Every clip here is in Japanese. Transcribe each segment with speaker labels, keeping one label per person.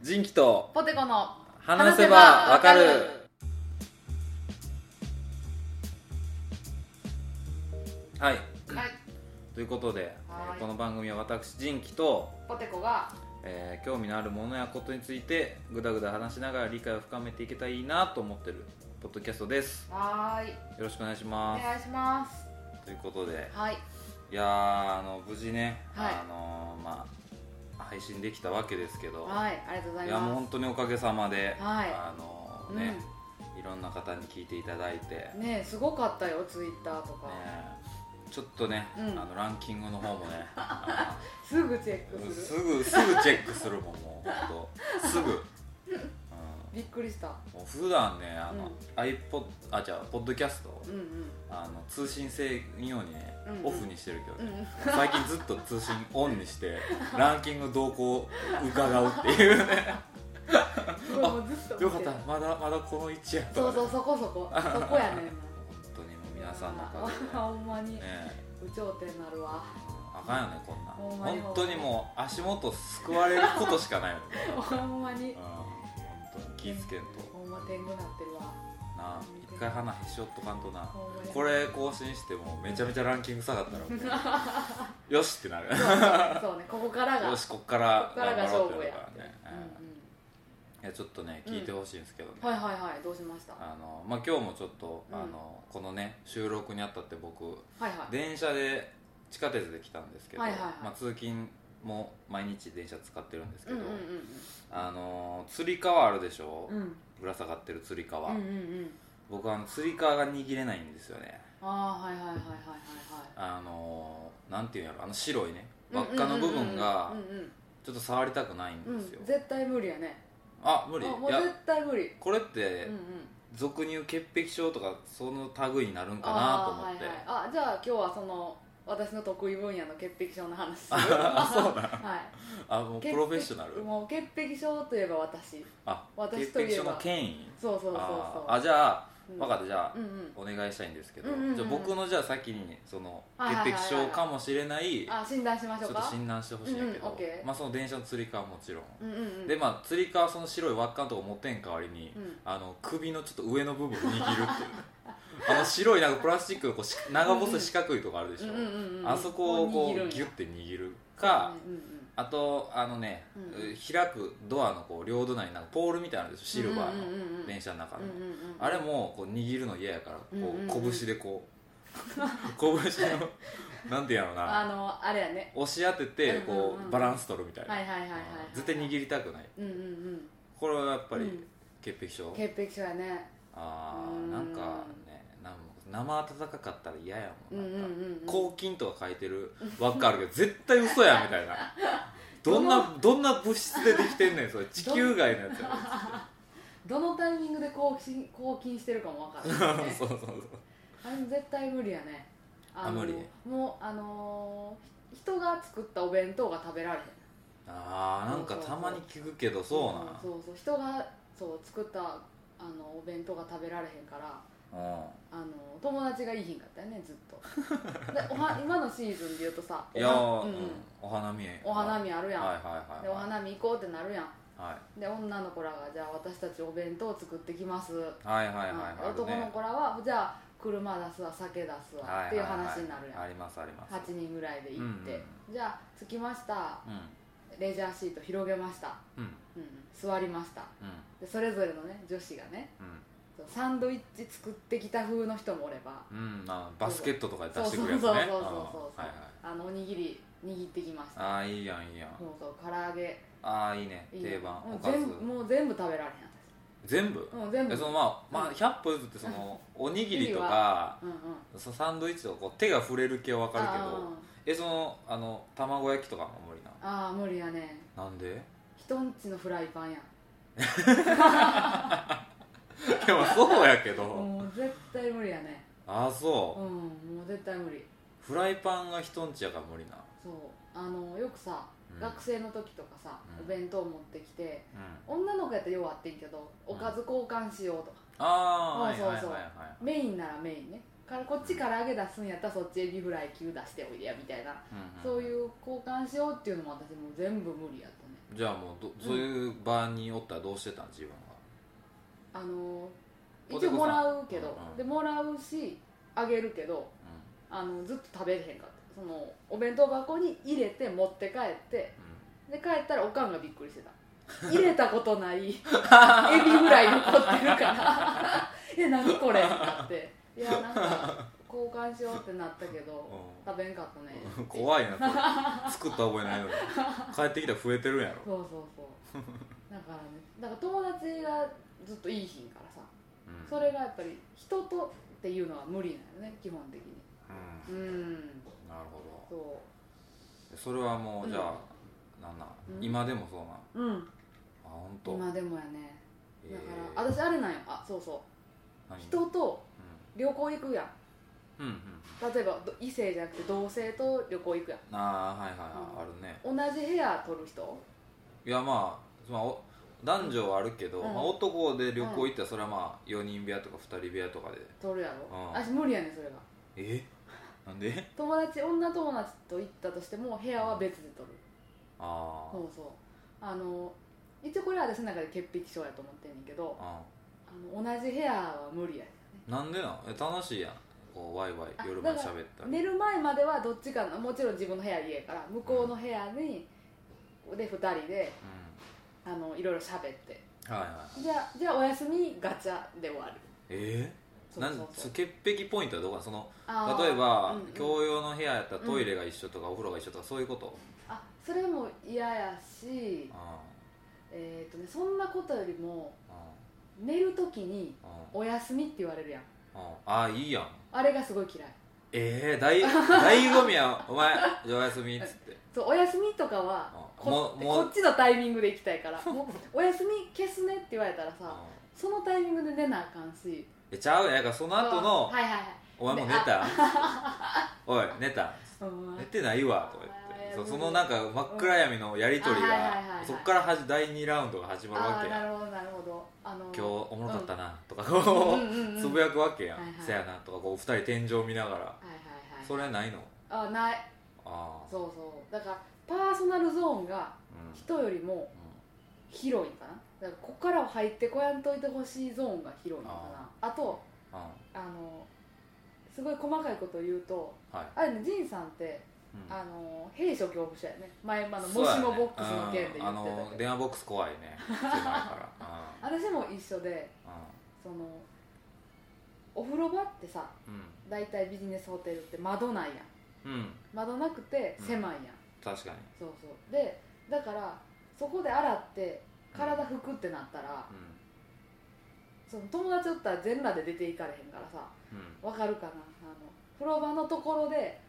Speaker 1: 人気と
Speaker 2: ポテコの
Speaker 1: 話せばわかるはい
Speaker 2: はい
Speaker 1: ということで、えー
Speaker 2: はい
Speaker 1: この番組は私人気と、
Speaker 2: ポテコが
Speaker 1: えー興味のあるものやことについてぐだぐだ話しながら理解を深めていけたらいいなと思ってるポッドキャストです
Speaker 2: はーい
Speaker 1: よろしくお願いし
Speaker 2: お
Speaker 1: ます
Speaker 2: 願いします
Speaker 1: ということで
Speaker 2: はい
Speaker 1: いやーあの無事ね、
Speaker 2: はい
Speaker 1: あのーまあ配信できたわけですけど、
Speaker 2: はいありがとうござい
Speaker 1: いやもう
Speaker 2: ま
Speaker 1: 本当におかげさまで、
Speaker 2: はい
Speaker 1: あの
Speaker 2: す
Speaker 1: ーね、いろんな方に聞いていただいて、
Speaker 2: うんねえすごかったよツイッターとか、
Speaker 1: ねちょっとね、
Speaker 2: うん
Speaker 1: あのランキングの方も ねあ
Speaker 2: すぐチェッ
Speaker 1: の
Speaker 2: クす
Speaker 1: す
Speaker 2: る
Speaker 1: ぐすぐチェックするもんもう本当すぐ、うん、
Speaker 2: びっくりした
Speaker 1: もう普段ねあの、
Speaker 2: うん
Speaker 1: iPod あじゃあポッドキャストを
Speaker 2: うんうん
Speaker 1: あの通信制ようにね、
Speaker 2: うんうん
Speaker 1: オフにしてるけど
Speaker 2: う
Speaker 1: ね、
Speaker 2: ん
Speaker 1: 最近ずっと通信オンにしてランキング動向を伺うっていうね
Speaker 2: すごいもうずっと
Speaker 1: よ
Speaker 2: 見
Speaker 1: かってたまだまだこの位置やと
Speaker 2: そうそううそこそ こそこやねん
Speaker 1: 本当にもう皆さんのおかげで
Speaker 2: あ ほんまに
Speaker 1: ね
Speaker 2: 有頂天な るわ
Speaker 1: あかんよねこんなん
Speaker 2: ほんまに
Speaker 1: 本当にもう足元すくわれることしかないよね
Speaker 2: ほんま
Speaker 1: う
Speaker 2: に
Speaker 1: ん本当に気ぃつけんと
Speaker 2: ほんま天狗なっ てるわ
Speaker 1: なあ一回鼻へし折っとかんとな
Speaker 2: ほんまに
Speaker 1: これ更新してもめちゃめちゃランキング下がったらも うよしってなる
Speaker 2: そうねここからが
Speaker 1: よしこっから
Speaker 2: こっからが勝負
Speaker 1: 頑張ろうって
Speaker 2: や
Speaker 1: なるからね
Speaker 2: うんうん
Speaker 1: うんいやちょっとね聞いてほしいんですけどね
Speaker 2: はいはいはいどうしましたは
Speaker 1: あのまあ今日もちょっと
Speaker 2: うん
Speaker 1: あのこのね収録にあたって僕
Speaker 2: いはい
Speaker 1: 電車で地下鉄で来たんですけど
Speaker 2: はいはいはい
Speaker 1: まあ通勤も毎日電車使ってるんですけ
Speaker 2: うん
Speaker 1: ど
Speaker 2: うん
Speaker 1: あのー、釣り革あるでしょ、
Speaker 2: うんうん
Speaker 1: ぶら下がってる釣り革、
Speaker 2: うんうんうん
Speaker 1: 僕あの釣り革が握れないんですよね
Speaker 2: ああはいはいはいはい
Speaker 1: あのー、なんていうんやろあの白いね輪
Speaker 2: は
Speaker 1: っ
Speaker 2: いはい
Speaker 1: かの部分が
Speaker 2: うんうん
Speaker 1: ちょっと触りたくないん
Speaker 2: うんうん
Speaker 1: ですよ、
Speaker 2: うん絶対無理やね
Speaker 1: あ無理い
Speaker 2: あもう
Speaker 1: や
Speaker 2: 絶対無理
Speaker 1: これっ
Speaker 2: う
Speaker 1: て
Speaker 2: んうん
Speaker 1: 俗に言う潔癖症とかその類になるんかなと
Speaker 2: ああー
Speaker 1: 思
Speaker 2: は
Speaker 1: っ
Speaker 2: い
Speaker 1: て、
Speaker 2: はいあじゃあ今日はその私の得意分野の潔癖症の話する
Speaker 1: あそうなん
Speaker 2: は
Speaker 1: あもう
Speaker 2: い
Speaker 1: プロフェッショナル
Speaker 2: 潔癖もう潔癖症といえば私
Speaker 1: あ
Speaker 2: 私
Speaker 1: 潔
Speaker 2: といえば
Speaker 1: 癖症の権威
Speaker 2: そうそうそうそう
Speaker 1: あーあじゃあ
Speaker 2: うん
Speaker 1: 分かったじゃあ、
Speaker 2: うんうん
Speaker 1: お願いしたいんですけど、
Speaker 2: うんうんうんうん
Speaker 1: じゃあ僕のじゃあ先にその
Speaker 2: はいはいはい
Speaker 1: 潔
Speaker 2: はい
Speaker 1: 癖症かもしれない
Speaker 2: あ診断しまし
Speaker 1: ち
Speaker 2: ょ
Speaker 1: ょ
Speaker 2: う
Speaker 1: っと
Speaker 2: か
Speaker 1: 診断してほしいんやけど、
Speaker 2: うんうんオッケー
Speaker 1: まあ、その電車のつり革はもちろん、
Speaker 2: うんうんうん
Speaker 1: でまあつり革はその白い輪っかのとこ持ってん代わりに、
Speaker 2: うん
Speaker 1: あの首のちょっと上の部分を握るっていう あの白いなんかプラスチックのこうし長細い四角いとこあるでしょ、
Speaker 2: うんうんうん
Speaker 1: あそこをこ
Speaker 2: こう握るん
Speaker 1: う
Speaker 2: や
Speaker 1: ギュッて握るか、
Speaker 2: うんうん
Speaker 1: あとあのね、
Speaker 2: うんうん
Speaker 1: 開くドアのこう両隣になんかポールみたいなのあるでしょシルバー
Speaker 2: うんうんうん
Speaker 1: の
Speaker 2: うん
Speaker 1: 電車の中の、
Speaker 2: うんうんうん
Speaker 1: あれもこう握るの嫌やからこう、
Speaker 2: うんうんうん
Speaker 1: 拳でこう 拳のなんていうのな
Speaker 2: あのあれやね
Speaker 1: 押し当てて
Speaker 2: うんうん
Speaker 1: こ
Speaker 2: うん
Speaker 1: うバランス取るみたいな、
Speaker 2: はいはいはいはい
Speaker 1: 絶対握
Speaker 2: る
Speaker 1: りたくない
Speaker 2: うんうんうん
Speaker 1: これはやっぱ
Speaker 2: う
Speaker 1: り
Speaker 2: ん
Speaker 1: 潔癖症、
Speaker 2: 潔癖症やね
Speaker 1: あ
Speaker 2: う
Speaker 1: ー
Speaker 2: ん
Speaker 1: なんかねなん生温かかったら嫌やもんなんか、
Speaker 2: うんうんうんうん
Speaker 1: 抗菌とか書いてる輪っかあるけど絶対嘘やみたいな どんなどんな物質でできてんねんそれ地球外のやつや
Speaker 2: どのタイミングで抗菌抗菌してるかもわからない
Speaker 1: ろ
Speaker 2: ね
Speaker 1: そうそうそう
Speaker 2: あれも絶対無理やね
Speaker 1: あ無理
Speaker 2: もうあのーひ人が作ったお弁当が食べられへん
Speaker 1: あーなんかたまに聞くけどそうなん
Speaker 2: んそうそう人がそう作ったあのお弁当が食べられへんから
Speaker 1: うん
Speaker 2: あの友達がいいひんかったよねずっとでおは今のシーズンで言うとさ
Speaker 1: いやー
Speaker 2: おは,、
Speaker 1: う
Speaker 2: うんん
Speaker 1: お花見
Speaker 2: お花見ある
Speaker 1: はい
Speaker 2: やん、
Speaker 1: はいはい
Speaker 2: でお花見行こうってなるやん
Speaker 1: は
Speaker 2: で女の子らがじゃあ私たちお弁当作ってきます、
Speaker 1: いはいはいはいはい
Speaker 2: うん男の子らはじゃあ車出すわ酒出すわっていう話になるやん、
Speaker 1: ありますあります
Speaker 2: 8人ぐらいで行って、
Speaker 1: うん
Speaker 2: じゃあ着きました
Speaker 1: うん
Speaker 2: レジャーシート広げました、
Speaker 1: うん
Speaker 2: うん、座りました
Speaker 1: うん
Speaker 2: でそれぞれのね女子がねそうサンドイッチ作ってきた風の人もおれば
Speaker 1: うんうんあバスケットとかで出してくるやつね
Speaker 2: そうそうそうそうそうそう
Speaker 1: あーはいはい
Speaker 2: あのおにぎり握ってきました
Speaker 1: ああーいいやんいいやん
Speaker 2: そうそう唐揚げ
Speaker 1: ああいいね
Speaker 2: いいね
Speaker 1: 定番
Speaker 2: も
Speaker 1: お
Speaker 2: う
Speaker 1: かず
Speaker 2: 全部もう全部食べられ
Speaker 1: 全部
Speaker 2: へんもう全部
Speaker 1: えそのまあまあ100歩譲ってそのおにぎりとか
Speaker 2: うんうん
Speaker 1: そのサンドイッチとかこう手が触れる系は分かるけ
Speaker 2: あ
Speaker 1: どえそのあの卵焼きとかも無理な
Speaker 2: ーあー無理やね
Speaker 1: なんで
Speaker 2: 人んちのフライパンや
Speaker 1: でもそうやけど
Speaker 2: もう絶対無理やね
Speaker 1: ああそう
Speaker 2: うんもう絶対無理
Speaker 1: フライパンが人んちやから無理な、
Speaker 2: そうあのよくさ、
Speaker 1: うん
Speaker 2: 学生の時とかさ、
Speaker 1: うん
Speaker 2: お弁当持ってきて女の子やったらようあってんけどおかず交換しようとか、
Speaker 1: ああ
Speaker 2: そうそうそう
Speaker 1: はいはい
Speaker 2: メインならメインねからこっちから揚げ出すんやったらそっちエビフライ級出しておいでやみたいな、
Speaker 1: はいはい、
Speaker 2: そういう交換しようっていうのも私もう全部無理やったね
Speaker 1: じゃあもうどそういう場におったらどうしてたん自分は
Speaker 2: あの
Speaker 1: ポ
Speaker 2: 一
Speaker 1: テ
Speaker 2: 応
Speaker 1: コさん
Speaker 2: もらうけど、
Speaker 1: うんうん
Speaker 2: でもらうしあげるけどあのずっと食べれへんかったそのお弁当箱に入れて持って帰ってで帰ったらおかんがびっくりして た入れたことないエビフライ残ってるから 「え何これ?」ってなって「いやなんか交換しよう」ってなったけ
Speaker 1: うん、
Speaker 2: ど
Speaker 1: うん
Speaker 2: 食べんかったね
Speaker 1: うん怖いなそれ作った覚えないの に帰ってきたら増えてるんやろ、
Speaker 2: そうそうそうだからねだから友達がずっといい日からさ
Speaker 1: うん
Speaker 2: それがやっぱり人とっていうのは無理なのね基本的に
Speaker 1: う
Speaker 2: うん
Speaker 1: んなるほ
Speaker 2: そ
Speaker 1: どそれはもうじゃあ、なんなん
Speaker 2: うん
Speaker 1: 今でもそうなんあ
Speaker 2: ううん
Speaker 1: 本当。
Speaker 2: 今でもやねだから、
Speaker 1: えー
Speaker 2: 私あれなんよあそうそ
Speaker 1: 何
Speaker 2: う人と旅行行くやん
Speaker 1: うんうんうん
Speaker 2: 例えばど異性じゃなくて同性と旅行行くやん
Speaker 1: ああはいはいはい、
Speaker 2: う
Speaker 1: あるね
Speaker 2: 同じ部屋取る人
Speaker 1: いやまあまあお男女はあるけど、
Speaker 2: うん
Speaker 1: まあ、男で旅行行ったらそれはまあ4人部屋とか2人部屋とかで
Speaker 2: 取るや
Speaker 1: うん
Speaker 2: ろ私無理やねんそれが
Speaker 1: えなんで
Speaker 2: 友達女友達と行ったとしても部屋は別で取る
Speaker 1: あ
Speaker 2: そうそうあの一応これは私の中で潔癖症やと思ってんねんけど
Speaker 1: ああ
Speaker 2: あの同じ部屋は無理やね
Speaker 1: なんでなんえ楽しいやんこうワイワ
Speaker 2: あ
Speaker 1: イ夜まで喋ったり、
Speaker 2: 寝る前まではどっちかのもちろん自分の部屋家やから向こうの部屋にで2人であのいろいろ喋って
Speaker 1: うんはいはいはい
Speaker 2: じゃあじゃあお休みガチャで終わる
Speaker 1: えー、なんそ潔癖ポイントはどこなのその
Speaker 2: あー
Speaker 1: 例えば、
Speaker 2: うんうん
Speaker 1: 共用の部屋やったらトイレが一緒とか、お風呂が一緒とかそういうこと、
Speaker 2: あそれも嫌やし
Speaker 1: あ
Speaker 2: えっ、とねそんなことよりも
Speaker 1: あ
Speaker 2: 寝る時に
Speaker 1: あ
Speaker 2: 「お休み」って言われるやん
Speaker 1: あああいいやん
Speaker 2: あれがすごい嫌い
Speaker 1: ええー、だい 醍醐味やお前じゃあおやすみっつって
Speaker 2: そうお休みとかは
Speaker 1: あ
Speaker 2: こ
Speaker 1: もう
Speaker 2: こっちのタイミングで行きたいから「もう お休み消すね」って言われたらさ
Speaker 1: あ
Speaker 2: そのタイミングで寝なあかんし
Speaker 1: えちゃうやんだからその後の、
Speaker 2: はいはいはい
Speaker 1: お前もう寝 たおい寝た
Speaker 2: うん
Speaker 1: 寝てないわとか言ってそうそのなんか真っ暗闇のやり取り
Speaker 2: うんあはいはいはいは
Speaker 1: が
Speaker 2: い
Speaker 1: そっからはじ第2ラウンドが始まる
Speaker 2: あ
Speaker 1: わ
Speaker 2: あ
Speaker 1: け
Speaker 2: な
Speaker 1: や
Speaker 2: るほどなるほどあの
Speaker 1: 今日おもろかったなとか
Speaker 2: う
Speaker 1: こ
Speaker 2: んうんうんう
Speaker 1: うんつぶやくわけやん
Speaker 2: はいはい
Speaker 1: せやなとかこう二人天井見ながら
Speaker 2: はいはいはい
Speaker 1: それないの
Speaker 2: あない
Speaker 1: ああ
Speaker 2: そうそうだからパーソナルゾーンが
Speaker 1: うん
Speaker 2: 人よりも広いんかなだからここからは入ってこやんといてほしいゾーンが広いのかなあと
Speaker 1: うん
Speaker 2: あのすごい細かいことを言うと
Speaker 1: はい
Speaker 2: あれね仁さんって
Speaker 1: うん
Speaker 2: あの兵所恐怖症やね前まの
Speaker 1: そう
Speaker 2: も
Speaker 1: や
Speaker 2: し
Speaker 1: ね
Speaker 2: もボックスの件で言ってたけど、
Speaker 1: うんあの電話ボックス怖いね狭いから
Speaker 2: 私も一緒でそのお風呂場ってさ
Speaker 1: うんうん
Speaker 2: 大体ビジネスホテルって窓ないやん
Speaker 1: うんうん
Speaker 2: 窓なくて
Speaker 1: うん
Speaker 2: 狭いやん、
Speaker 1: 確かに
Speaker 2: そうそうでだからそこで洗って体拭くってなったら、
Speaker 1: う
Speaker 2: その友達おったら全裸で出ていかれへんからさ
Speaker 1: んうん
Speaker 2: わかるかなあの風呂場のところで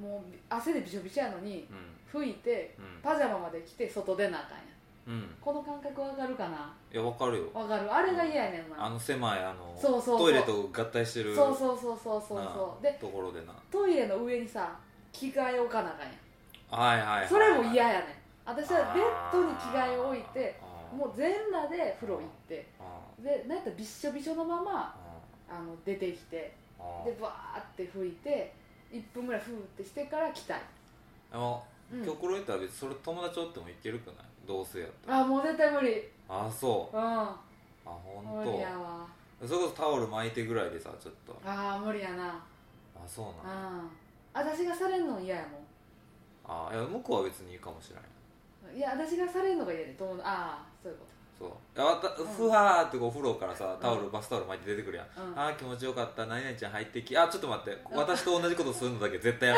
Speaker 2: もう汗でびしょびしょやのに
Speaker 1: うん
Speaker 2: 拭いて
Speaker 1: うん
Speaker 2: パジャマまで着て外出なあかんやん
Speaker 1: うん
Speaker 2: この感覚わかるかない
Speaker 1: やわかるよ
Speaker 2: わかるあれが嫌やねん
Speaker 1: あ
Speaker 2: な
Speaker 1: の狭いあの
Speaker 2: そうそうそう
Speaker 1: トイレと合体してる
Speaker 2: そうそうそうそうそう
Speaker 1: な
Speaker 2: そうで
Speaker 1: ところでな
Speaker 2: トイレの上にさ着替え置かなあかんやん
Speaker 1: はいはいはいはい
Speaker 2: それも嫌やねん私はベッドに着替えを置いてもう全裸で風呂行って
Speaker 1: うん
Speaker 2: でなんやったらびっしょびしょのままあの出てきて
Speaker 1: うんうん
Speaker 2: でバーって拭いて1分ぐらいふーってしてから来たい、
Speaker 1: でも
Speaker 2: うん
Speaker 1: 極論言ったら別にそれ友達おってもいけるくないどうせやったら
Speaker 2: あもう絶対無理
Speaker 1: あそう
Speaker 2: う
Speaker 1: あほ
Speaker 2: ん
Speaker 1: ん
Speaker 2: 無理
Speaker 1: と
Speaker 2: やわ
Speaker 1: それこそタオル巻いてぐらいでさちょっと
Speaker 2: あー無理やな
Speaker 1: あそう
Speaker 2: う
Speaker 1: なん
Speaker 2: ん私がされんの嫌やも
Speaker 1: あいや向こうは別にいいかもしれない
Speaker 2: んいや私がされんのが嫌で友達ああそういうこ
Speaker 1: そういやわた
Speaker 2: ん
Speaker 1: ふわーってこうお風呂からさタオ
Speaker 2: う
Speaker 1: ルバスタオル巻いて出てくるやん
Speaker 2: と、うん、
Speaker 1: あー気持ちよかった何々ちゃん入ってきあちょっと待って私と同じことするのだけ絶対や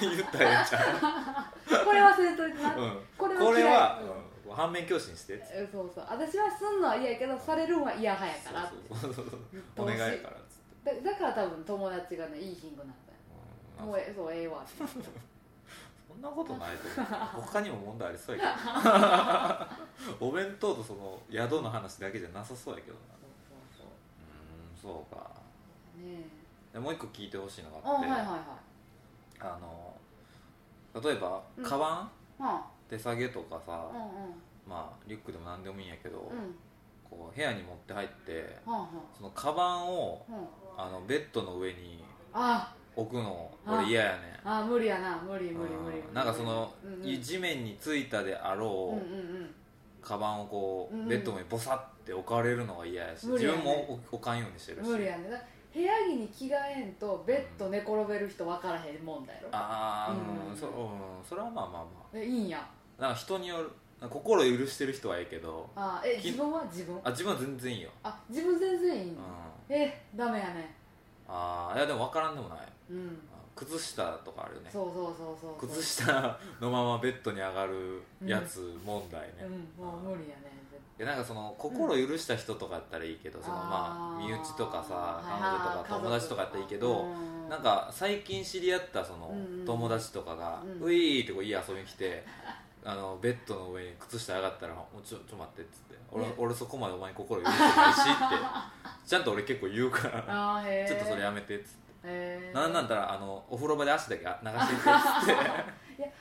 Speaker 1: めてね言ったらええんちゃ
Speaker 2: これ忘れといてな、
Speaker 1: う、うん、
Speaker 2: これは
Speaker 1: これは
Speaker 2: 嫌い、
Speaker 1: うん、反面教師にしてって
Speaker 2: うんそうそう私はすんのは嫌やけどされるんは嫌派やから
Speaker 1: そうそうそうそう
Speaker 2: 言って
Speaker 1: お
Speaker 2: ほし
Speaker 1: 願い
Speaker 2: い
Speaker 1: やからっつって、
Speaker 2: だだから多分友達がねいいヒングなんだよ
Speaker 1: うん
Speaker 2: もうえそうええわって
Speaker 1: そんなことないと思う他にも問題ありそうやけどお弁当とその宿の話だけじゃなさそうやけどな
Speaker 2: そうそうそう
Speaker 1: うーんそうか
Speaker 2: ねえ
Speaker 1: でもう一個聞いてほしいの
Speaker 2: あ
Speaker 1: があっ
Speaker 2: はい
Speaker 1: て、
Speaker 2: はいはい
Speaker 1: あの例えば
Speaker 2: うん
Speaker 1: カバン、
Speaker 2: は
Speaker 1: 手下げとかさ
Speaker 2: あ、うんうん
Speaker 1: まあリュックでも何でもいいんやけど、
Speaker 2: うん
Speaker 1: こう部屋に持って入って
Speaker 2: はあは
Speaker 1: そのカバンを
Speaker 2: あうん
Speaker 1: あのベッドの上に
Speaker 2: あ
Speaker 1: 置くの
Speaker 2: あ
Speaker 1: 俺嫌やねん
Speaker 2: あー無理やな無理無理
Speaker 1: うん
Speaker 2: 無理無理
Speaker 1: なんかその、
Speaker 2: うんうん、
Speaker 1: 地面についたであ
Speaker 2: うん
Speaker 1: ろ
Speaker 2: うん
Speaker 1: う、カバンをこう、
Speaker 2: うんうん
Speaker 1: ベッドにボサって置かれるのが嫌やし
Speaker 2: 無理
Speaker 1: 自分
Speaker 2: やね
Speaker 1: も置置かんようにして
Speaker 2: う
Speaker 1: る
Speaker 2: ん
Speaker 1: し
Speaker 2: 無理やねだから部屋着に着替えんとベッド寝転べる人分からへんもんだよ
Speaker 1: ああ、
Speaker 2: うん
Speaker 1: そうんそれはまあまあま
Speaker 2: えいいんや
Speaker 1: あなんか人によるなんか心許してる人はいいけど
Speaker 2: あーえ
Speaker 1: き
Speaker 2: 自分は自分
Speaker 1: あ自分は全然いいよ、
Speaker 2: あ自分全然いい
Speaker 1: うん、
Speaker 2: の、
Speaker 1: あ
Speaker 2: えダメやね
Speaker 1: あーいやでも分からんでもない
Speaker 2: うん
Speaker 1: 靴下とかあるよね
Speaker 2: そうそうそうそうそう
Speaker 1: 靴下のままベッドに上がるやつ問題ね、い
Speaker 2: うんもう無理やね絶
Speaker 1: やなんかその心許した人とかやったらいいけど、そのまあ
Speaker 2: あー
Speaker 1: 身内とかさ
Speaker 2: はい
Speaker 1: 彼
Speaker 2: は
Speaker 1: 女
Speaker 2: い
Speaker 1: とか
Speaker 2: 家族
Speaker 1: 友達とかやったらいいけど、
Speaker 2: う
Speaker 1: なんか最近知り合ったその
Speaker 2: うんうん
Speaker 1: 友達とかが
Speaker 2: う
Speaker 1: 「
Speaker 2: ん
Speaker 1: うい!」ってこういい遊びに来て あのベッドの上に靴下上がったら「もうちょちょ待って」っつって「俺
Speaker 2: ね
Speaker 1: 俺そこまでお前に心許して ないし」ってちゃんと俺結構言うから
Speaker 2: あーへ
Speaker 1: 「
Speaker 2: ー
Speaker 1: ちょっとそれやめて」っつって
Speaker 2: へー
Speaker 1: なんなんだったらあのお風呂場で足だけ流していてっつって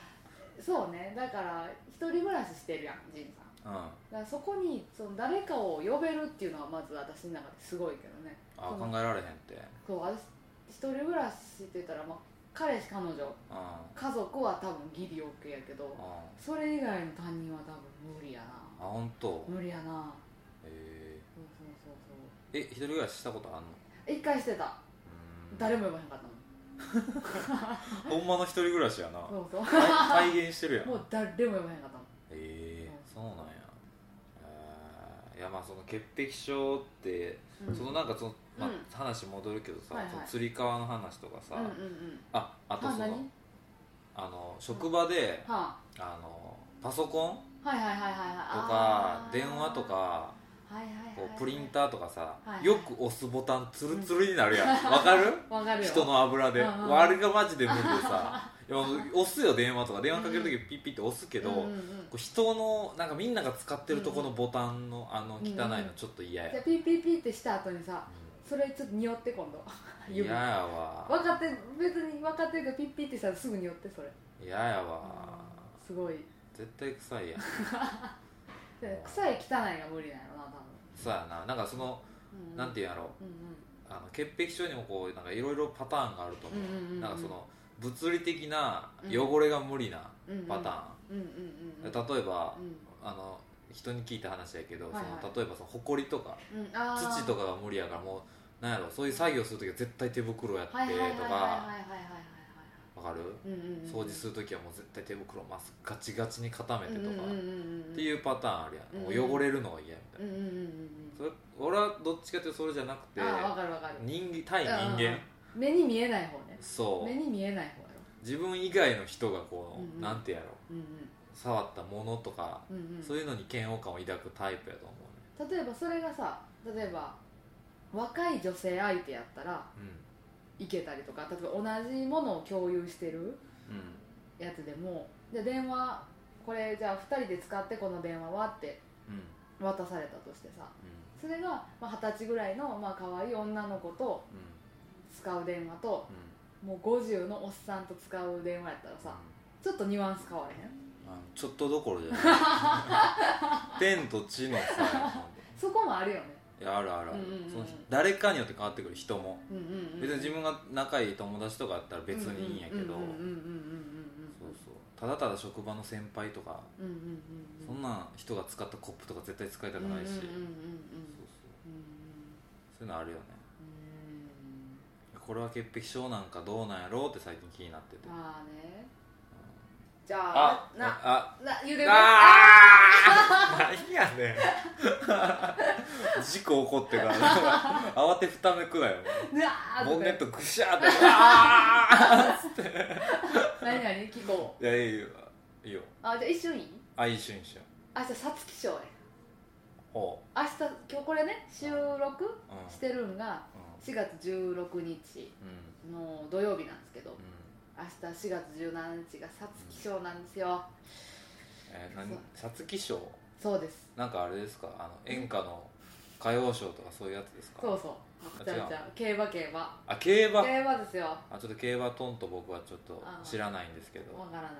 Speaker 2: そうねだから一人暮らししてるやんジンさん
Speaker 1: うんあ
Speaker 2: だからそこにその誰かを呼べるっていうのはまず私の中ですごいけどね
Speaker 1: あ
Speaker 2: う
Speaker 1: 考
Speaker 2: ん
Speaker 1: えられへんってうん
Speaker 2: そう私一人暮らしって言ったら、まあ、彼氏彼女
Speaker 1: あ
Speaker 2: 家族は多分ギリ OK やけど
Speaker 1: あ
Speaker 2: それ以外の担任は多分無理やな
Speaker 1: 本当
Speaker 2: 無理やな
Speaker 1: え
Speaker 2: そうそうそうそ
Speaker 1: ーえ一人暮らししたことあんの
Speaker 2: う一回してた
Speaker 1: うーん
Speaker 2: 誰も呼ばへんかったもん
Speaker 1: ほんまの一人暮らしやな
Speaker 2: そうそう
Speaker 1: 体体現してるやん
Speaker 2: もう 誰も呼ばへんかったもん
Speaker 1: ええ
Speaker 2: う
Speaker 1: そうなんやえーいやまあその潔癖症って、
Speaker 2: うん
Speaker 1: そのなんかその、まあ
Speaker 2: うん
Speaker 1: 話戻るけどさ、
Speaker 2: はいはい
Speaker 1: そのつり革の話とかさ、
Speaker 2: うんうんうん
Speaker 1: ああと
Speaker 2: は
Speaker 1: そ
Speaker 2: 何
Speaker 1: のあの職場で、
Speaker 2: は
Speaker 1: あのパソコン
Speaker 2: あはいはいはいはいはい
Speaker 1: とか
Speaker 2: あー
Speaker 1: 電話とか
Speaker 2: はいはいはい
Speaker 1: こ
Speaker 2: はいう
Speaker 1: プリンターとかさ、
Speaker 2: はいはい
Speaker 1: よく押すボタンツルツルになるやんわ、かる
Speaker 2: わかるよ
Speaker 1: 人の油で、
Speaker 2: うんうん
Speaker 1: あれがマジで無理で さいやもう押すよ電話とか電話かけるときピッピッて押すけど、
Speaker 2: うんうんうん
Speaker 1: こう人のなんかみんなが使ってるとこのボタンのあの汚い
Speaker 2: うん
Speaker 1: の
Speaker 2: うん
Speaker 1: ちょっと嫌や
Speaker 2: じゃあピーピーピーってした後にさ
Speaker 1: う
Speaker 2: それちょっと匂って今度
Speaker 1: ん嫌
Speaker 2: 指
Speaker 1: やわ
Speaker 2: 分かって別に分かってるけどピッピってしたらすぐ匂ってそれ
Speaker 1: 嫌やわ
Speaker 2: すごい
Speaker 1: 絶対臭いやん
Speaker 2: で臭い汚いが無理なのな多
Speaker 1: そうやななんかその
Speaker 2: 分、う
Speaker 1: なんて
Speaker 2: いう
Speaker 1: いうんやろ
Speaker 2: うん
Speaker 1: あの潔癖症にもこうなんかいろいろパターンがあると思う,、
Speaker 2: うんうんうんうん
Speaker 1: なんかその物理的な
Speaker 2: うん
Speaker 1: 汚れが無理な
Speaker 2: うんうん
Speaker 1: パタ
Speaker 2: うんうんうんうん
Speaker 1: ーン、例えば、
Speaker 2: う
Speaker 1: あの人に聞いた話やけど、
Speaker 2: はいはい
Speaker 1: その例えばそのほこりとか
Speaker 2: んうんあー
Speaker 1: 土とかが無理やからもうなんやろそういう作業するときは絶対手袋やってとか、
Speaker 2: はいはいはいはいはいはいはい
Speaker 1: わかる、
Speaker 2: はいうんうんうん
Speaker 1: 掃除する時はもう絶対手袋をまずガチガチに固めてとか、
Speaker 2: うんうん
Speaker 1: っ
Speaker 2: うんうん
Speaker 1: ていうパターンあるやん、
Speaker 2: うんうん
Speaker 1: もう汚れるのが嫌みたい
Speaker 2: うんうんうんうんうん
Speaker 1: な、それ俺はどっちかというとそれじゃなくて
Speaker 2: あーわかるわかる
Speaker 1: 人間対人間、
Speaker 2: うんうん目に見えない方ね
Speaker 1: そ
Speaker 2: 目
Speaker 1: う
Speaker 2: に見えない方やろ
Speaker 1: 自分以外の人がこう、
Speaker 2: うんうん
Speaker 1: なんてやろう
Speaker 2: うん
Speaker 1: 触ったものとか、
Speaker 2: うんうんうん
Speaker 1: そういうのに嫌悪感を抱くタイプやと思
Speaker 2: 例えばそれがさ例えば若い女性相手やったら
Speaker 1: うね
Speaker 2: いけたりとか例えば同じものを共有してる
Speaker 1: うんうん
Speaker 2: やつでもじゃあ電話これじゃあ2人で使ってこの電話はって
Speaker 1: うん
Speaker 2: 渡されたとしてさそれがまあ二十歳ぐらいのまあ可愛い女の子と
Speaker 1: うんうん
Speaker 2: 使う電話と
Speaker 1: うん
Speaker 2: もう50のおっさんと使う電話やったらさちょっとニュアンス変われへん
Speaker 1: あのちょっとどころじゃない 天と地のさ
Speaker 2: そこもあるよね
Speaker 1: いやあるあるある、
Speaker 2: うんうんうん
Speaker 1: その誰かによって変わってくる人も
Speaker 2: うんうんうん
Speaker 1: 別に自分が仲いい友達とかだったら別にいいんやけど
Speaker 2: うんうんうんうんうん
Speaker 1: そうそうただただ職場の先輩とか
Speaker 2: うんうんうんうんうん
Speaker 1: そんな人が使ったコップとか絶対使いたくないしそう
Speaker 2: うんうんうん
Speaker 1: そ
Speaker 2: うん
Speaker 1: う
Speaker 2: うん
Speaker 1: そういうのあるよね
Speaker 2: うん
Speaker 1: これは潔癖症なんかどうなんやろうって最近気になってて
Speaker 2: まあねじゃあ
Speaker 1: あ
Speaker 2: な
Speaker 1: あ
Speaker 2: なゆ
Speaker 1: あ
Speaker 2: で
Speaker 1: あ何やねん事故起こってからなんか慌てふためくなよ
Speaker 2: うわ
Speaker 1: ボンネッ
Speaker 2: と
Speaker 1: トぐしゃーってあー
Speaker 2: か何何聞こう
Speaker 1: いやいいよいいよ
Speaker 2: あじゃあ一緒に
Speaker 1: あ一緒にしよ
Speaker 2: 明日皐月賞や
Speaker 1: うおう、
Speaker 2: 明日今日これね収
Speaker 1: う
Speaker 2: 録
Speaker 1: んうん
Speaker 2: してるんが4月16日
Speaker 1: う
Speaker 2: の土曜日なんですけど
Speaker 1: んうん
Speaker 2: 明日4月17日が皐月賞なんですよ
Speaker 1: えー、何
Speaker 2: そう
Speaker 1: 皐月賞
Speaker 2: そうです
Speaker 1: なんかあれですかあの演歌の歌謡賞とかそういうやつですか
Speaker 2: そうそう
Speaker 1: あ
Speaker 2: じゃ
Speaker 1: 違う
Speaker 2: あじゃあ競馬競馬
Speaker 1: あ競馬
Speaker 2: 競馬ですよ
Speaker 1: あちょっと競馬トンと僕はちょっと
Speaker 2: あー
Speaker 1: 知らないんですけど
Speaker 2: わからない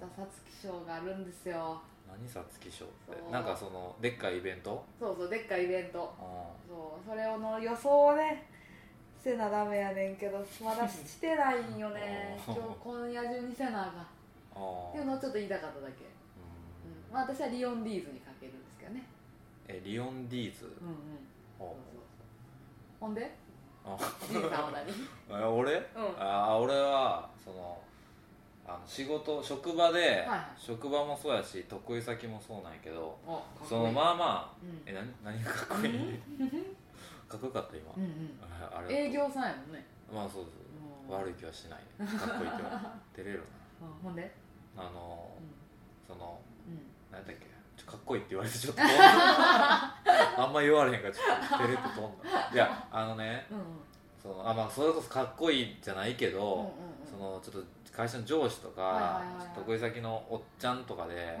Speaker 2: 明日皐月賞があるんですよ
Speaker 1: 何皐月賞って
Speaker 2: そう
Speaker 1: なんかそのでっかいイベント
Speaker 2: そうそうでっかいイベント
Speaker 1: うん
Speaker 2: そうそれをの予想をねせなダメやねんけどまだしてないん よね今日今夜中にせなあかん
Speaker 1: あー
Speaker 2: っていうのをちょっと言いたかっただけ、
Speaker 1: う
Speaker 2: うんんまあ、私はリオン・ディーズにかけるんですけどね
Speaker 1: えリオン・ディーズ、
Speaker 2: うんうんそ
Speaker 1: ほ
Speaker 2: うそう
Speaker 1: う
Speaker 2: そうほんで
Speaker 1: あ
Speaker 2: D さんは 何
Speaker 1: え俺、ああ俺はそのあの仕事職場で、
Speaker 2: いはい
Speaker 1: 職場もそうやし得意先もそうなんやけど
Speaker 2: おか
Speaker 1: そ
Speaker 2: っこい
Speaker 1: の
Speaker 2: い
Speaker 1: まあまあ
Speaker 2: うん
Speaker 1: えな何がかっこいい、かっこよかった今、
Speaker 2: うんうん
Speaker 1: ああれ
Speaker 2: 営業さんやもんね
Speaker 1: まあそうで
Speaker 2: うん
Speaker 1: す悪い気はしないかっこいいって思 う照れる
Speaker 2: うんほんで
Speaker 1: なあの
Speaker 2: うん
Speaker 1: その
Speaker 2: うん
Speaker 1: 何だっけちょかっこいいって言われてちょっと あんま言われへんからちょっと照れて飛んだいやあのね
Speaker 2: うんうん
Speaker 1: そのあまあそれこそかっこいいじゃないけど、
Speaker 2: うんうんうん
Speaker 1: そのちょっと会社の上司とか、
Speaker 2: はいはいはいはい
Speaker 1: 得意先のおっちゃんとかで、
Speaker 2: はいはい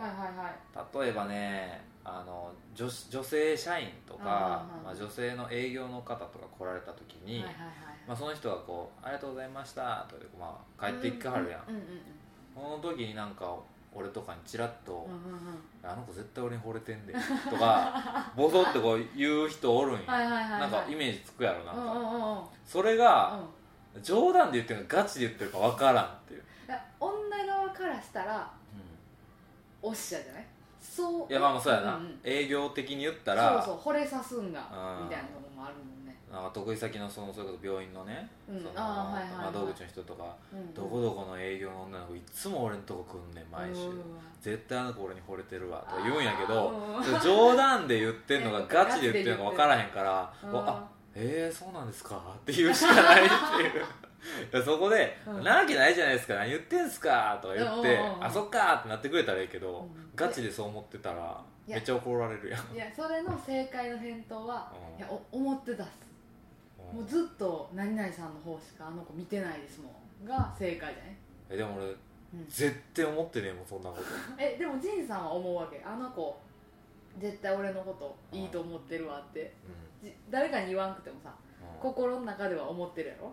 Speaker 2: はい
Speaker 1: 例えばねあの女子女性社員とか、
Speaker 2: うんうんうん
Speaker 1: まあ、女性の営業の方とか来られた時に、
Speaker 2: はいはいはい
Speaker 1: まあ、その人がこう「ありがとうございました」とか、まあ、帰っていきはるやん、
Speaker 2: うんうんうん
Speaker 1: その時になんか俺とかにチラッと
Speaker 2: うんうんうん
Speaker 1: 「あの子絶対俺に惚れてんで」と かボソってこう言う人おるんや、
Speaker 2: はいはいはいはい
Speaker 1: なんかイメージつくやろなん
Speaker 2: う
Speaker 1: か、
Speaker 2: んうんうんうん
Speaker 1: それが、冗談で言ってるのかガチで言ってるか分からんっていう、
Speaker 2: いや女側からしたらおっしゃじゃないそう
Speaker 1: いやまあまあそうやな、
Speaker 2: んん
Speaker 1: 営業的に言ったら
Speaker 2: そうそう惚れさすんが
Speaker 1: あー
Speaker 2: みたいなところもあるもんね
Speaker 1: なんか得意先のそのそれこそ病院のね、
Speaker 2: うん
Speaker 1: その
Speaker 2: あーはいはいはい
Speaker 1: 窓口の人とか、
Speaker 2: うんうん
Speaker 1: どこどこの営業の女の子いつも俺のとこ来んねん毎週、
Speaker 2: うん
Speaker 1: 絶対あの子俺に惚れてるわとか言うんやけど
Speaker 2: あー
Speaker 1: それ 冗談で言ってんのがガチで言ってんのか分からへんから
Speaker 2: うん
Speaker 1: こうあえー、そうなんですか って言うしかないっていういやそこで、
Speaker 2: うん
Speaker 1: なわけないじゃないですか何言ってんすかとか言って、
Speaker 2: うんうんうんうん
Speaker 1: あそっかーってなってくれたらいいけど、
Speaker 2: うん
Speaker 1: ガチでそう思ってたら
Speaker 2: い
Speaker 1: め
Speaker 2: や
Speaker 1: っちゃ怒られるやん、
Speaker 2: いやそれの正解の返答は
Speaker 1: うん
Speaker 2: いやお思ってたっす
Speaker 1: う
Speaker 2: も
Speaker 1: ん
Speaker 2: うずっと何々さんの方しかあの子見てないですもんが正解じゃない
Speaker 1: えでも俺
Speaker 2: うん
Speaker 1: 絶対思ってねえもんそんなこと
Speaker 2: えでもジンさんは思うわけあの子絶対俺のこといいと思ってるわって
Speaker 1: う
Speaker 2: じ誰かに言わんくてもさ
Speaker 1: んうん
Speaker 2: 心の中では思ってるやろ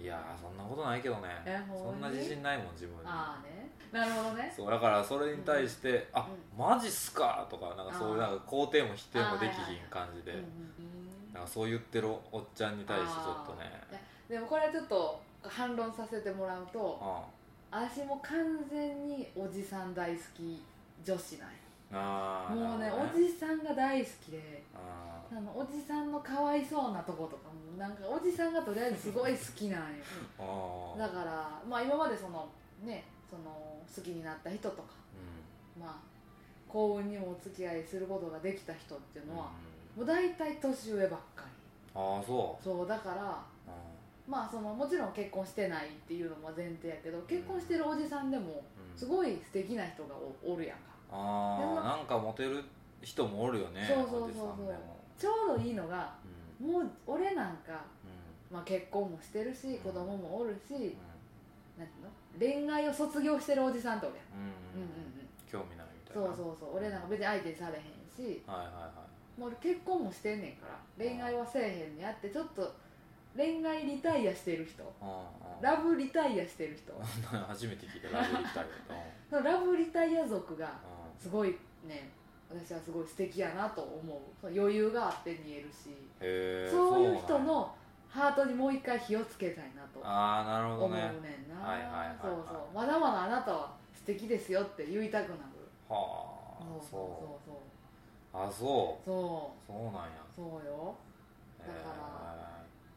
Speaker 1: いやーそんなことないけどね
Speaker 2: えほ
Speaker 1: そ
Speaker 2: ん
Speaker 1: ん
Speaker 2: ま
Speaker 1: な
Speaker 2: に
Speaker 1: 自信ないもん自分に
Speaker 2: ああねなるほどね
Speaker 1: そうだからそれに対して「あマジっすか」とかなんかそういう
Speaker 2: あー
Speaker 1: なんか肯定も否定もできひん感じで
Speaker 2: うんうんうん
Speaker 1: なんかそう言ってるおっちゃんに対してちょっとね
Speaker 2: あでもこれはちょっと反論させてもらうと
Speaker 1: あ
Speaker 2: 私も完全におじさん大好き女子なん
Speaker 1: あー
Speaker 2: やもうね
Speaker 1: なるほ
Speaker 2: お
Speaker 1: どね
Speaker 2: じさんが大好きで
Speaker 1: あ
Speaker 2: あのおじさんのかわいそうなとことかもなんかおじさんがとりあえずすごい好 きなんよ
Speaker 1: ーあー
Speaker 2: だからまあ今までそのねその好きになった人とか
Speaker 1: う
Speaker 2: まあ幸運にもお付き合いすることができた人っていうんのは、
Speaker 1: う
Speaker 2: もう大体年上ばっかり
Speaker 1: んああそ
Speaker 2: そうだから
Speaker 1: ううん
Speaker 2: まあそのもちろん結婚してないっていうのも前提やけど結婚してるおじさんでも
Speaker 1: うん
Speaker 2: すごい素敵な人がおおるやんかで
Speaker 1: あ
Speaker 2: も
Speaker 1: あなんかモテる人もおるよね
Speaker 2: そうそうそうそう
Speaker 1: おじさんでも
Speaker 2: ちょうどいいのが
Speaker 1: うん
Speaker 2: もう俺なんか、
Speaker 1: う
Speaker 2: まあ、結婚もしてるし子供もおるし
Speaker 1: ん
Speaker 2: なんていうの恋愛を卒業してるおじさんとおるやん
Speaker 1: うんうんん
Speaker 2: ううん
Speaker 1: うん興味ないみたい
Speaker 2: うん
Speaker 1: な
Speaker 2: そうそうそう俺なんか別に相手にされへんし
Speaker 1: はいはいはい
Speaker 2: もう結婚もしてんねんから恋愛はせえへんねやってちょっと恋愛リタイアしてる人ラブリタイアしてる人
Speaker 1: 初めて聞いたラブリタイア
Speaker 2: そのラブリタイア族が
Speaker 1: うん
Speaker 2: すごいね私はすごい素敵やなと思うその余裕があって見えるし、
Speaker 1: へー
Speaker 2: そういう
Speaker 1: そ
Speaker 2: 人
Speaker 1: なんや
Speaker 2: のハートにもう一回火をつけたいなと
Speaker 1: ああなるほど
Speaker 2: 思うね
Speaker 1: ね
Speaker 2: んな、
Speaker 1: はいはいはいはい
Speaker 2: そうそうまだまだあなたは素敵ですよって言いたくなる
Speaker 1: はあ
Speaker 2: そう
Speaker 1: そ
Speaker 2: そう
Speaker 1: うあそう
Speaker 2: そうそ
Speaker 1: そうなんや
Speaker 2: うそうよだから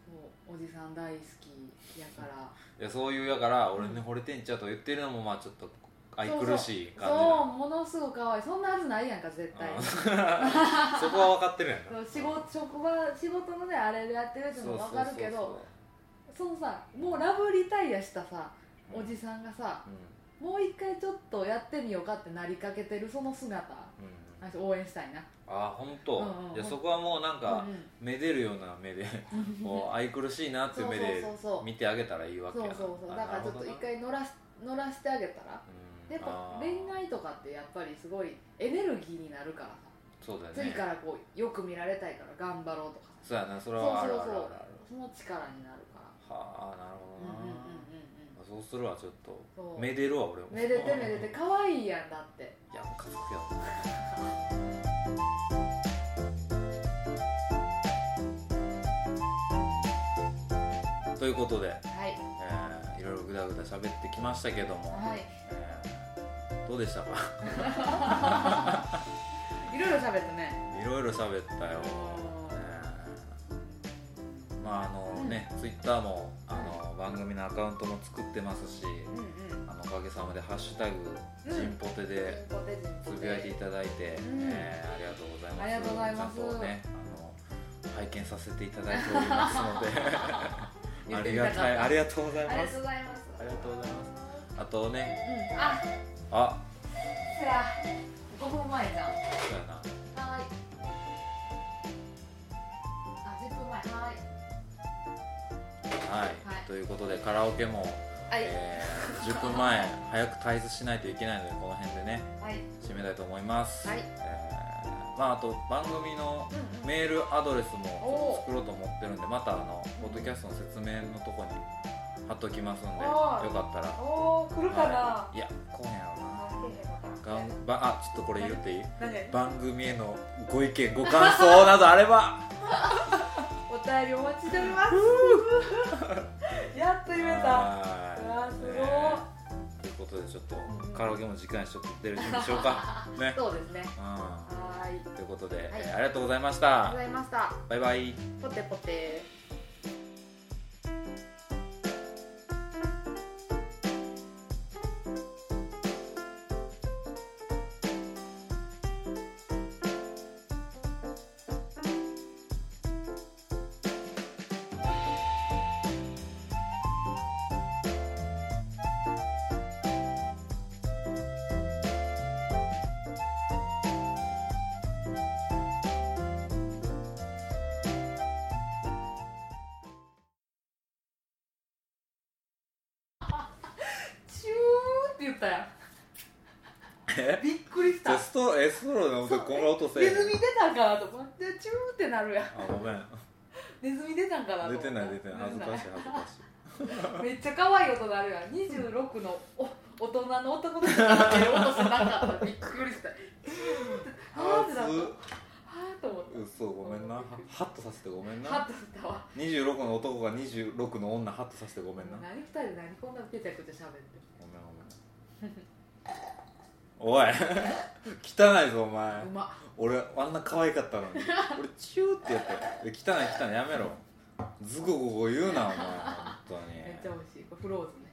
Speaker 2: そうおじさん大好きやから
Speaker 1: えーいやそういうやから俺に惚れてんちゃうと言ってるのもまあちょっと愛くるしい感じ
Speaker 2: そうものすごく可愛いそんなはずないやんか絶対
Speaker 1: うんそこは分かってるやん
Speaker 2: そ
Speaker 1: な
Speaker 2: う仕事職場仕事のねあれでやってるって
Speaker 1: そう
Speaker 2: のも
Speaker 1: そう
Speaker 2: 分かるけどそのさもうラブリタイアしたさおじさんがさ
Speaker 1: うん
Speaker 2: もう一回ちょっとやってみようかってなりかけてるその姿
Speaker 1: うん
Speaker 2: 私応援したいな
Speaker 1: あ本当
Speaker 2: うんうん
Speaker 1: いやそこはもうなんか
Speaker 2: うんうん
Speaker 1: めでるような目でこう愛くるしいなっていう目で
Speaker 2: そうそうそうそう
Speaker 1: 見てあげたらいいわけ
Speaker 2: そう
Speaker 1: や
Speaker 2: そうそう
Speaker 1: あ
Speaker 2: だからちょっと一回乗らし乗らしてあげたらやっぱ恋
Speaker 1: 愛
Speaker 2: 愛とかってやっぱりすごいエネルギーになるからさ
Speaker 1: そうだよね
Speaker 2: 次からこうよく見られたいから頑張ろうとか
Speaker 1: そうやなそれ
Speaker 2: そう
Speaker 1: はあ
Speaker 2: そ
Speaker 1: る
Speaker 2: う
Speaker 1: あるあるあ
Speaker 2: そう
Speaker 1: る
Speaker 2: その力になるから
Speaker 1: はあなる
Speaker 2: う
Speaker 1: ほ
Speaker 2: ん
Speaker 1: ど
Speaker 2: うん
Speaker 1: な
Speaker 2: うんうんうん、
Speaker 1: そうするわちょっ
Speaker 2: そ
Speaker 1: と
Speaker 2: う
Speaker 1: めでるわ俺も
Speaker 2: めでてめでて可愛いやんだって
Speaker 1: いやもう家族やもんね ということで、
Speaker 2: はい
Speaker 1: えーいろいろぐだぐだ喋ってきましたけども、
Speaker 2: はい
Speaker 1: えーどうでしたか
Speaker 2: いろいろ喋ったね
Speaker 1: いろいろ喋ったよ、
Speaker 2: おー
Speaker 1: えーまああのね、ツイッターもあの番組のアカウントも作ってますし
Speaker 2: うんうん
Speaker 1: あのおかげさまで「ハッシュタグ
Speaker 2: うん
Speaker 1: チンポテ」で
Speaker 2: ポテチ
Speaker 1: つぶやいていただいて、
Speaker 2: うん
Speaker 1: えーありがとうございます
Speaker 2: ありがとうございます
Speaker 1: ちゃんとねあの拝見させていただいておりますので ありがたいあり
Speaker 2: が
Speaker 1: がとうござい
Speaker 2: あり
Speaker 1: ま
Speaker 2: がとう
Speaker 1: す
Speaker 2: ございます
Speaker 1: ありがとうございますあとね
Speaker 2: うんあ
Speaker 1: あ
Speaker 2: せや5分前じゃん
Speaker 1: そうやな
Speaker 2: はーいあ10分前は
Speaker 1: はい、
Speaker 2: はい
Speaker 1: ということでカラオケも、
Speaker 2: ーいはい
Speaker 1: えー10分前早く退出しないといけないのでこの辺でね
Speaker 2: はい
Speaker 1: 締めたいと思います、
Speaker 2: はい
Speaker 1: えーまああと番組の
Speaker 2: うんうん
Speaker 1: メールアドレスもちょっと
Speaker 2: おー
Speaker 1: 作ろうと思ってるんでまたあのポッドキャストの説明のとこに貼っときますんでよ
Speaker 2: おー
Speaker 1: かったら
Speaker 2: おー来るか
Speaker 1: はい
Speaker 2: ない
Speaker 1: やこうへんやろなが
Speaker 2: 頑
Speaker 1: んばあちょっとこれ言っていい
Speaker 2: 何何
Speaker 1: 番組へのご意見ご感想などあれば
Speaker 2: お便りお待ちしておりますやっと言えた
Speaker 1: はいう
Speaker 2: わーすごい
Speaker 1: ねということでちょっとカラオケも時間にちょっと出る準備しよう かね
Speaker 2: そうですね
Speaker 1: う
Speaker 2: はーいありがと
Speaker 1: んということで、
Speaker 2: い
Speaker 1: えーありがとうございまし
Speaker 2: うご
Speaker 1: た
Speaker 2: ざいました
Speaker 1: バイバイ
Speaker 2: ポテポテチューって言ったやん
Speaker 1: え
Speaker 2: びっくりし
Speaker 1: じゃ
Speaker 2: た
Speaker 1: あストえストローの音この音せえへん
Speaker 2: ネズミ出たんかなと思ってチューってなるやん
Speaker 1: あごめん
Speaker 2: ネズミ出たんかなと思
Speaker 1: 出
Speaker 2: って
Speaker 1: ない出てない恥ずかしい恥ずかしい
Speaker 2: めっちゃ可愛い音なるやん26のお大人の男の人が出る音しなかったびっくりしたはーってなったはーと思っ
Speaker 1: うそごめんなはハッとさせてごめん
Speaker 2: たはー
Speaker 1: な
Speaker 2: としたわ
Speaker 1: 26の男が26の女ハッとさせてごめんなごめん
Speaker 2: 何二人で何こんなペチャクチャ喋って
Speaker 1: ごめんおい汚いぞお前
Speaker 2: るうま
Speaker 1: 俺あんな可愛かったのに俺チューってやったよえ汚い汚いやめろズゴゴゴ言うなお前本当に
Speaker 2: めっちゃ美味しいこれフローズン